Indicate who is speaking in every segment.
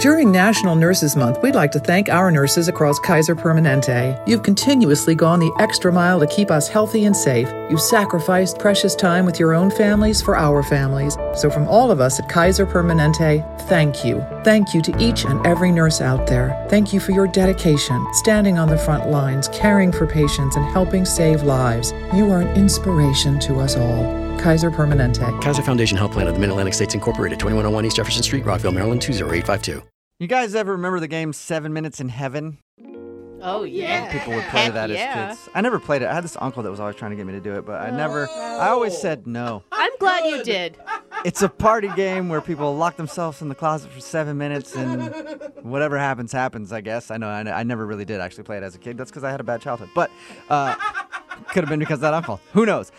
Speaker 1: During National Nurses Month, we'd like to thank our nurses across Kaiser Permanente. You've continuously gone the extra mile to keep us healthy and safe. You've sacrificed precious time with your own families for our families. So, from all of us at Kaiser Permanente, thank you. Thank you to each and every nurse out there. Thank you for your dedication, standing on the front lines, caring for patients, and helping save lives. You are an inspiration to us all. Kaiser Permanente.
Speaker 2: Kaiser Foundation Health Plan of the Mid Atlantic States Incorporated, 2101 East Jefferson Street, Rockville, Maryland, 20852.
Speaker 3: You guys ever remember the game Seven Minutes in Heaven?
Speaker 4: Oh yeah.
Speaker 3: People would play that
Speaker 4: yeah.
Speaker 3: as kids. I never played it. I had this uncle that was always trying to get me to do it, but I never. I always said no.
Speaker 4: I'm glad you did.
Speaker 3: It's a party game where people lock themselves in the closet for seven minutes, and whatever happens, happens. I guess. I know. I, know, I never really did actually play it as a kid. That's because I had a bad childhood. But uh, could have been because of that uncle. Who knows?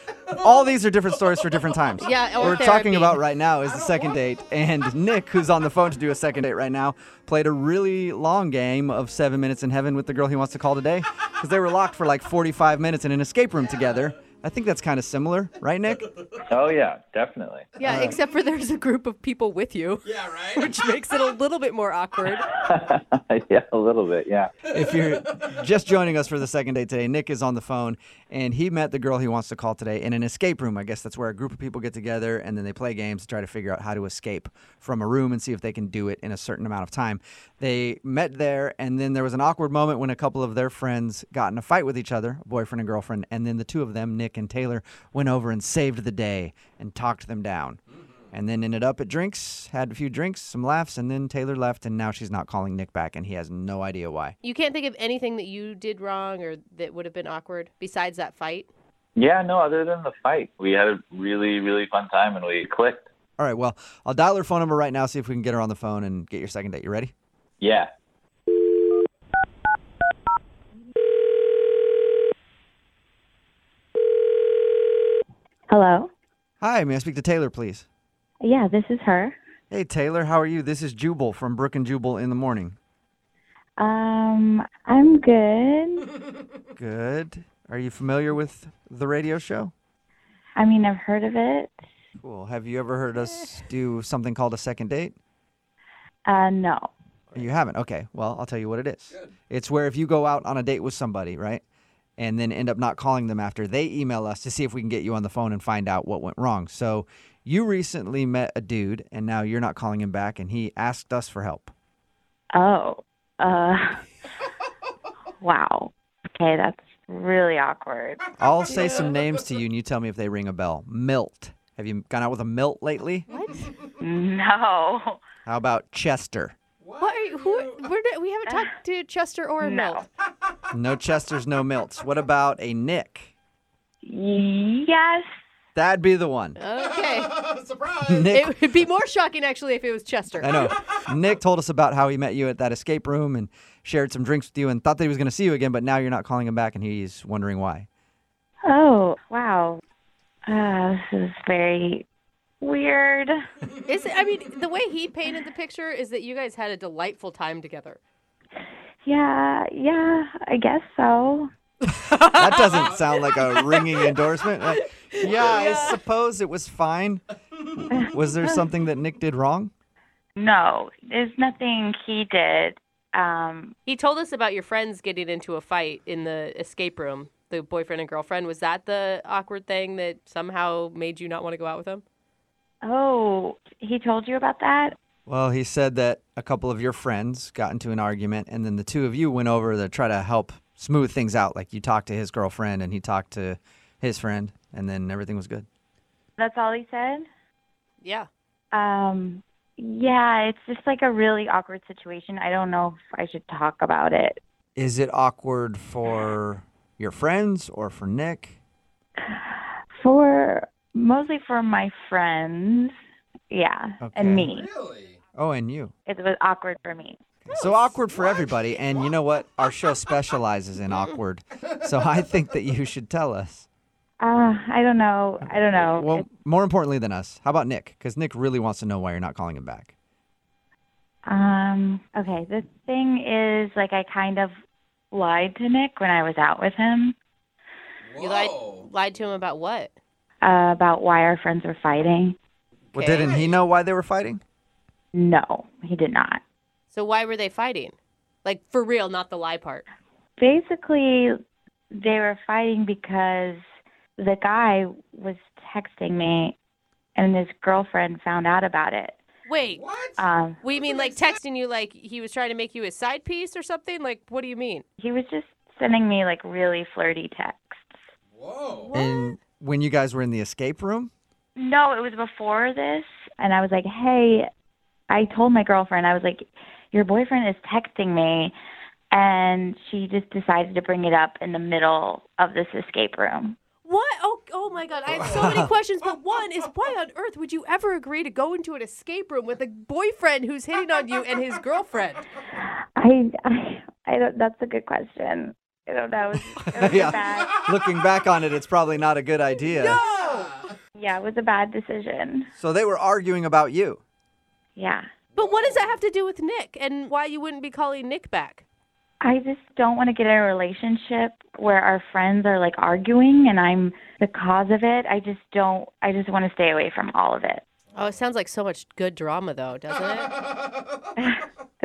Speaker 3: All these are different stories for different times.
Speaker 4: Yeah,
Speaker 3: What
Speaker 4: or
Speaker 3: we're talking
Speaker 4: therapy.
Speaker 3: about right now is the second date, and Nick, who's on the phone to do a second date right now, played a really long game of seven minutes in heaven with the girl he wants to call today, because they were locked for like 45 minutes in an escape room together. I think that's kind of similar, right, Nick?
Speaker 5: Oh yeah, definitely.
Speaker 4: Yeah, except for there's a group of people with you. Uh. Yeah, right. Which makes it a little bit more awkward.
Speaker 5: yeah, a little bit. Yeah.
Speaker 3: If you're just joining us for the second date today, Nick is on the phone and he met the girl he wants to call today in an escape room. I guess that's where a group of people get together and then they play games to try to figure out how to escape from a room and see if they can do it in a certain amount of time. They met there and then there was an awkward moment when a couple of their friends got in a fight with each other, boyfriend and girlfriend, and then the two of them, Nick and Taylor, went over and saved the day and talked them down. And then ended up at drinks, had a few drinks, some laughs, and then Taylor left, and now she's not calling Nick back, and he has no idea why.
Speaker 4: You can't think of anything that you did wrong or that would have been awkward besides that fight.
Speaker 5: Yeah, no, other than the fight. We had a really, really fun time and we clicked.
Speaker 3: All right. Well, I'll dial her phone number right now. See if we can get her on the phone and get your second date. You ready?
Speaker 5: Yeah.
Speaker 6: Hello.
Speaker 3: Hi. May I speak to Taylor, please?
Speaker 6: Yeah, this is her.
Speaker 3: Hey, Taylor. How are you? This is Jubal from Brook and Jubal in the morning.
Speaker 6: Um, I'm good.
Speaker 3: Good. Are you familiar with the radio show?
Speaker 6: I mean, I've heard of it.
Speaker 3: Cool. Have you ever heard us do something called a second date?
Speaker 6: Uh, no.
Speaker 3: You haven't. Okay. Well, I'll tell you what it is. It's where if you go out on a date with somebody, right? And then end up not calling them after they email us to see if we can get you on the phone and find out what went wrong. So you recently met a dude and now you're not calling him back and he asked us for help.
Speaker 6: Oh. Uh. wow. Okay, that's really awkward.
Speaker 3: I'll say some names to you and you tell me if they ring a bell. Milt. Have you gone out with a Milt lately?
Speaker 6: No.
Speaker 3: How about Chester?
Speaker 4: What? Are you, who? We're, not- we haven't talked to Chester or
Speaker 6: No.
Speaker 4: Milt.
Speaker 3: No Chesters, no Milts. What about a Nick?
Speaker 6: Yes.
Speaker 3: That'd be the one.
Speaker 4: Okay.
Speaker 3: Nick
Speaker 4: It would be more shocking actually if it was Chester.
Speaker 3: I know. Nick told us about how he met you at that escape room and shared some drinks with you and thought that he was going to see you again, but now you're not calling him back and he's wondering why.
Speaker 6: Oh. Wow. Uh, this is very weird.
Speaker 4: Is it, I mean, the way he painted the picture is that you guys had a delightful time together.
Speaker 6: Yeah. Yeah. I guess so.
Speaker 3: That doesn't sound like a ringing endorsement. Like, yeah, I suppose it was fine. Was there something that Nick did wrong?
Speaker 6: No. There's nothing he did. Um.
Speaker 4: He told us about your friends getting into a fight in the escape room, the boyfriend and girlfriend. Was that the awkward thing that somehow made you not want to go out with him?
Speaker 6: Oh. He told you about that.
Speaker 3: Well, he said that a couple of your friends got into an argument, and then the two of you went over to try to help smooth things out. Like you talked to his girlfriend, and he talked to his friend, and then everything was good.
Speaker 6: That's all he said.
Speaker 4: Yeah.
Speaker 6: Um, yeah, it's just like a really awkward situation. I don't know if I should talk about it.
Speaker 3: Is it awkward for your friends or for Nick?
Speaker 6: For mostly for my friends, yeah,
Speaker 3: Okay.
Speaker 6: and me.
Speaker 3: Oh, and you.
Speaker 6: It was awkward for me.
Speaker 3: So awkward for everybody. And you know what? Our show specializes in awkward. So I think that you should tell us.
Speaker 6: Uh, I don't know. I don't know.
Speaker 3: Well, more importantly than us, how about Nick? Because Nick really wants to know why you're not calling him back.
Speaker 6: Um, okay, the thing is, like, I kind of lied to Nick when I was out with him
Speaker 4: You lied lied to him about what?
Speaker 6: uh, about why our friends were fighting.
Speaker 3: Well, didn't he know why they were fighting?
Speaker 6: No, he did not.
Speaker 4: So why were they fighting? Like for real, not the lie part.
Speaker 6: Basically, they were fighting because the guy was texting me, and his girlfriend found out about it.
Speaker 4: Wait,
Speaker 6: Um,
Speaker 4: we mean like texting you like he was trying to make you his side piece or something? Like what do you mean?
Speaker 6: he was just sending me like really flirty texts.
Speaker 3: And when you guys were in the escape room,
Speaker 6: No, it was before this, and I was like, "Hey," I told my girlfriend, I was like, "Your boyfriend is texting me," and she just decided to bring it up in the middle of this escape room.
Speaker 4: What? Oh, oh my God! I have so many questions, but one is why on earth would you ever agree to go into an escape room with a boyfriend who's hitting on you and his girlfriend?
Speaker 6: I, I, I don't. That's a good question. I don't know. It was, it was
Speaker 3: Yeah.
Speaker 6: a bad.
Speaker 3: looking back on it, it's probably not a good idea.
Speaker 6: Yeah, it was a bad decision.
Speaker 3: So they were arguing about you.
Speaker 6: Yeah.
Speaker 4: But what does that have to do with Nick and why you wouldn't be calling Nick back?
Speaker 6: I just don't want to get in a relationship where our friends are like arguing and I'm the cause of it. I just don't, I just want to stay away from all of it.
Speaker 4: Oh, it sounds like so much good drama, though, doesn't it?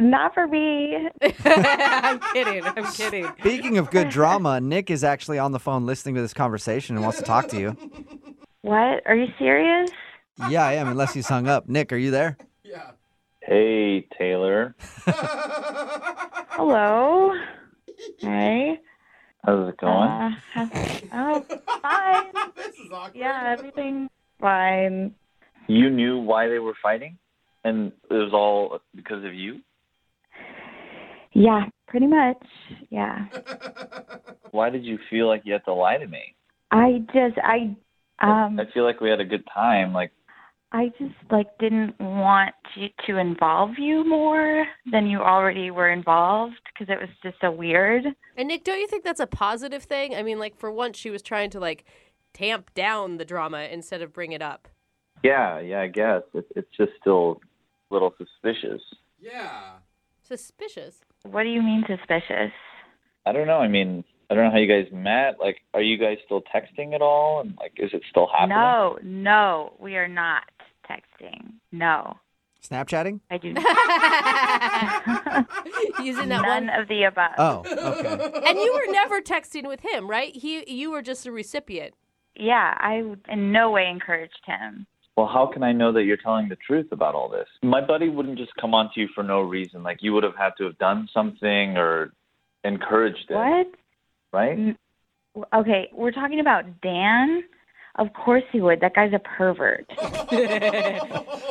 Speaker 6: Not for me.
Speaker 4: I'm kidding. I'm kidding.
Speaker 3: Speaking of good drama, Nick is actually on the phone listening to this conversation and wants to talk to you.
Speaker 6: What? Are you serious?
Speaker 3: Yeah, I am, unless he's hung up. Nick, are you there?
Speaker 5: Hey, Taylor.
Speaker 6: Hello? Hey.
Speaker 5: How's it going?
Speaker 6: Uh, oh, fine. this is awkward. Yeah, everything's fine.
Speaker 5: you knew why they were fighting? And it was all because of you?
Speaker 6: Yeah, pretty much. Yeah.
Speaker 5: Why did you feel like you had to lie to me?
Speaker 6: I just, I, um,
Speaker 5: I feel like we had a good time. Like,
Speaker 6: I just like didn't want to, to involve you more than you already were involved because it was just so weird.
Speaker 4: And Nick, don't you think that's a positive thing? I mean, like for once, she was trying to like tamp down the drama instead of bring it up.
Speaker 5: yeah, yeah, I guess. It, it's just still a little suspicious.
Speaker 4: Suspicious.
Speaker 6: What do you mean suspicious?
Speaker 5: I don't know. I mean, I don't know how you guys met. Like, are you guys still texting at all? And, like, is it still happening?
Speaker 6: No, no, we are not texting. No,
Speaker 3: Snapchatting?
Speaker 6: I do
Speaker 4: Using that one
Speaker 6: none of the above.
Speaker 3: Oh, okay.
Speaker 4: and you were never texting with him, right? He, you were just a recipient.
Speaker 6: Yeah, I in no way encouraged him.
Speaker 5: Well, how can I know that you're telling the truth about all this? My buddy wouldn't just come on to you for no reason. Like, you would have had to have done something or encouraged it,
Speaker 6: What?
Speaker 5: right?
Speaker 6: Okay, we're talking about Dan. Of course he would. That guy's a pervert.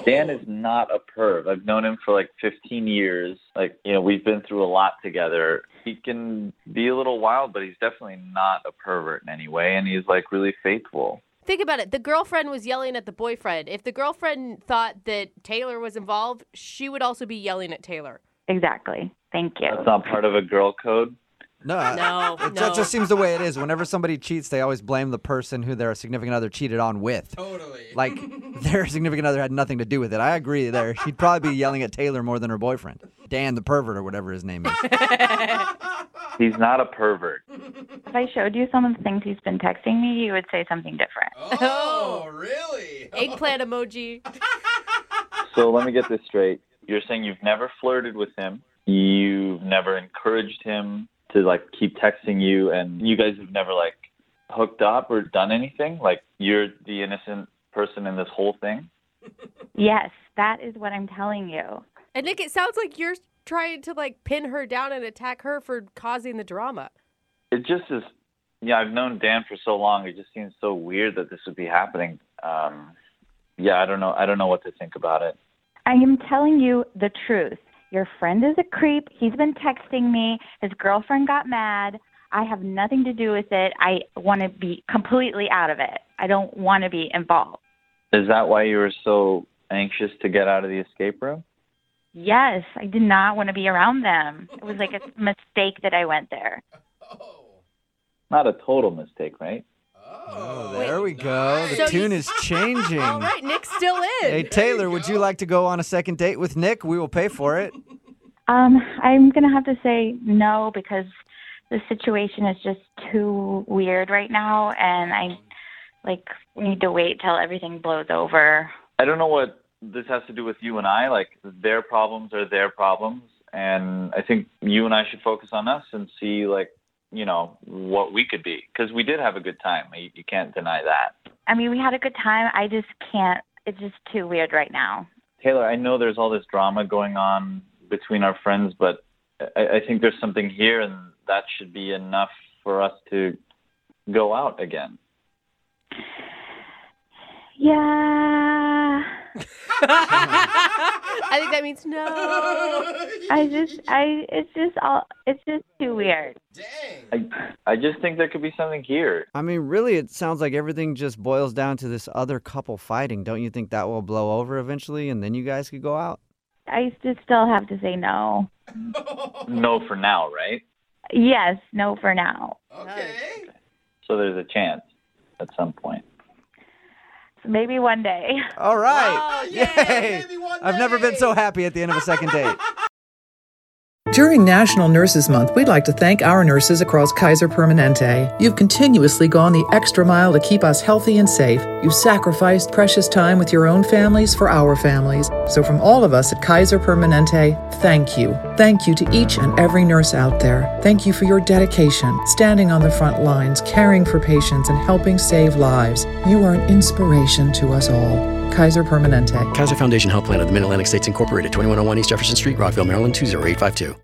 Speaker 5: Dan is not a perv. I've known him for like 15 years. Like, you know, we've been through a lot together. He can be a little wild, but he's definitely not a pervert in any way. And he's like really faithful.
Speaker 4: Think about it. The girlfriend was yelling at the boyfriend. If the girlfriend thought that Taylor was involved, she would also be yelling at Taylor.
Speaker 6: Exactly. Thank you.
Speaker 5: That's not part of a girl code.
Speaker 3: No, I-
Speaker 4: No,
Speaker 3: it ju-
Speaker 4: no.
Speaker 3: just seems the way it is. Whenever somebody cheats, they always blame the person who their significant other cheated on with. Totally. Like their significant other had nothing to do with it. I agree there. She'd probably be yelling at Taylor more than her boyfriend, Dan the pervert or whatever his name is.
Speaker 5: He's not a pervert.
Speaker 6: If I showed you some of the things he's been texting me, you would say something different.
Speaker 4: Oh, really? Eggplant emoji.
Speaker 5: So let me get this straight. You're saying you've never flirted with him, you've never encouraged him to like keep texting you, and you guys have never like hooked up or done anything? Like, you're the innocent person in this whole thing?
Speaker 6: Yes, that is what I'm telling you.
Speaker 4: And Nick, it sounds like you're trying to like pin her down and attack her for causing the drama.
Speaker 5: it just is yeah i've known dan for so long it just seems so weird that this would be happening um yeah i don't know i don't know what to think about it
Speaker 6: I am telling you the truth. Your friend is a creep. He's been texting me. His girlfriend got mad. I have nothing to do with it. I want to be completely out of it. I don't want to be involved.
Speaker 5: is that why you were so anxious to get out of the escape room
Speaker 6: Yes, I did not want to be around them. It was like a mistake that I went there.
Speaker 5: not a total mistake right
Speaker 3: Oh, there we go. The
Speaker 4: So
Speaker 3: tune
Speaker 4: he's-
Speaker 3: is changing.
Speaker 4: All right, Nick's still in.
Speaker 3: Hey Taylor, would you like to go on a second date with Nick? We will pay for it.
Speaker 6: Um, I'm going to have to say no because the situation is just too weird right now and I like need to wait till everything blows over.
Speaker 5: i don't know what this has to do with you and i like their problems are their problems and I think you and I should focus on us and see like you know what we could be because we did have a good time. You, you can't deny that.
Speaker 6: I mean, we had a good time. I just can't. It's just too weird right now.
Speaker 5: Taylor, I know there's all this drama going on between our friends, but I, I think there's something here, and that should be enough for us to go out again.
Speaker 6: Yeah.
Speaker 4: I think that means no.
Speaker 6: I just, I, it's just all, it's just too weird.
Speaker 5: I, I just think there could be something here.
Speaker 3: I mean, really, it sounds like everything just boils down to this other couple fighting. Don't you think that will blow over eventually, and then you guys could go out?
Speaker 6: I just still have to say no.
Speaker 5: No for now, right?
Speaker 6: Yes, no for now.
Speaker 5: So there's a chance at some point.
Speaker 6: So maybe one day.
Speaker 3: All right. Yay! I've never been so happy at the end of a second date.
Speaker 1: During National Nurses Month, we'd like to thank our nurses across Kaiser Permanente. You've continuously gone the extra mile to keep us healthy and safe. You've sacrificed precious time with your own families for our families. So, from all of us at Kaiser Permanente, thank you. Thank you to each and every nurse out there. Thank you for your dedication, standing on the front lines, caring for patients, and helping save lives. You are an inspiration to us all. Kaiser Permanente.
Speaker 2: oh Kaiser Foundation Health Plan of the Mid Atlantic States Incorporated, 2101 East Jefferson Street, Rockville, Maryland 20852.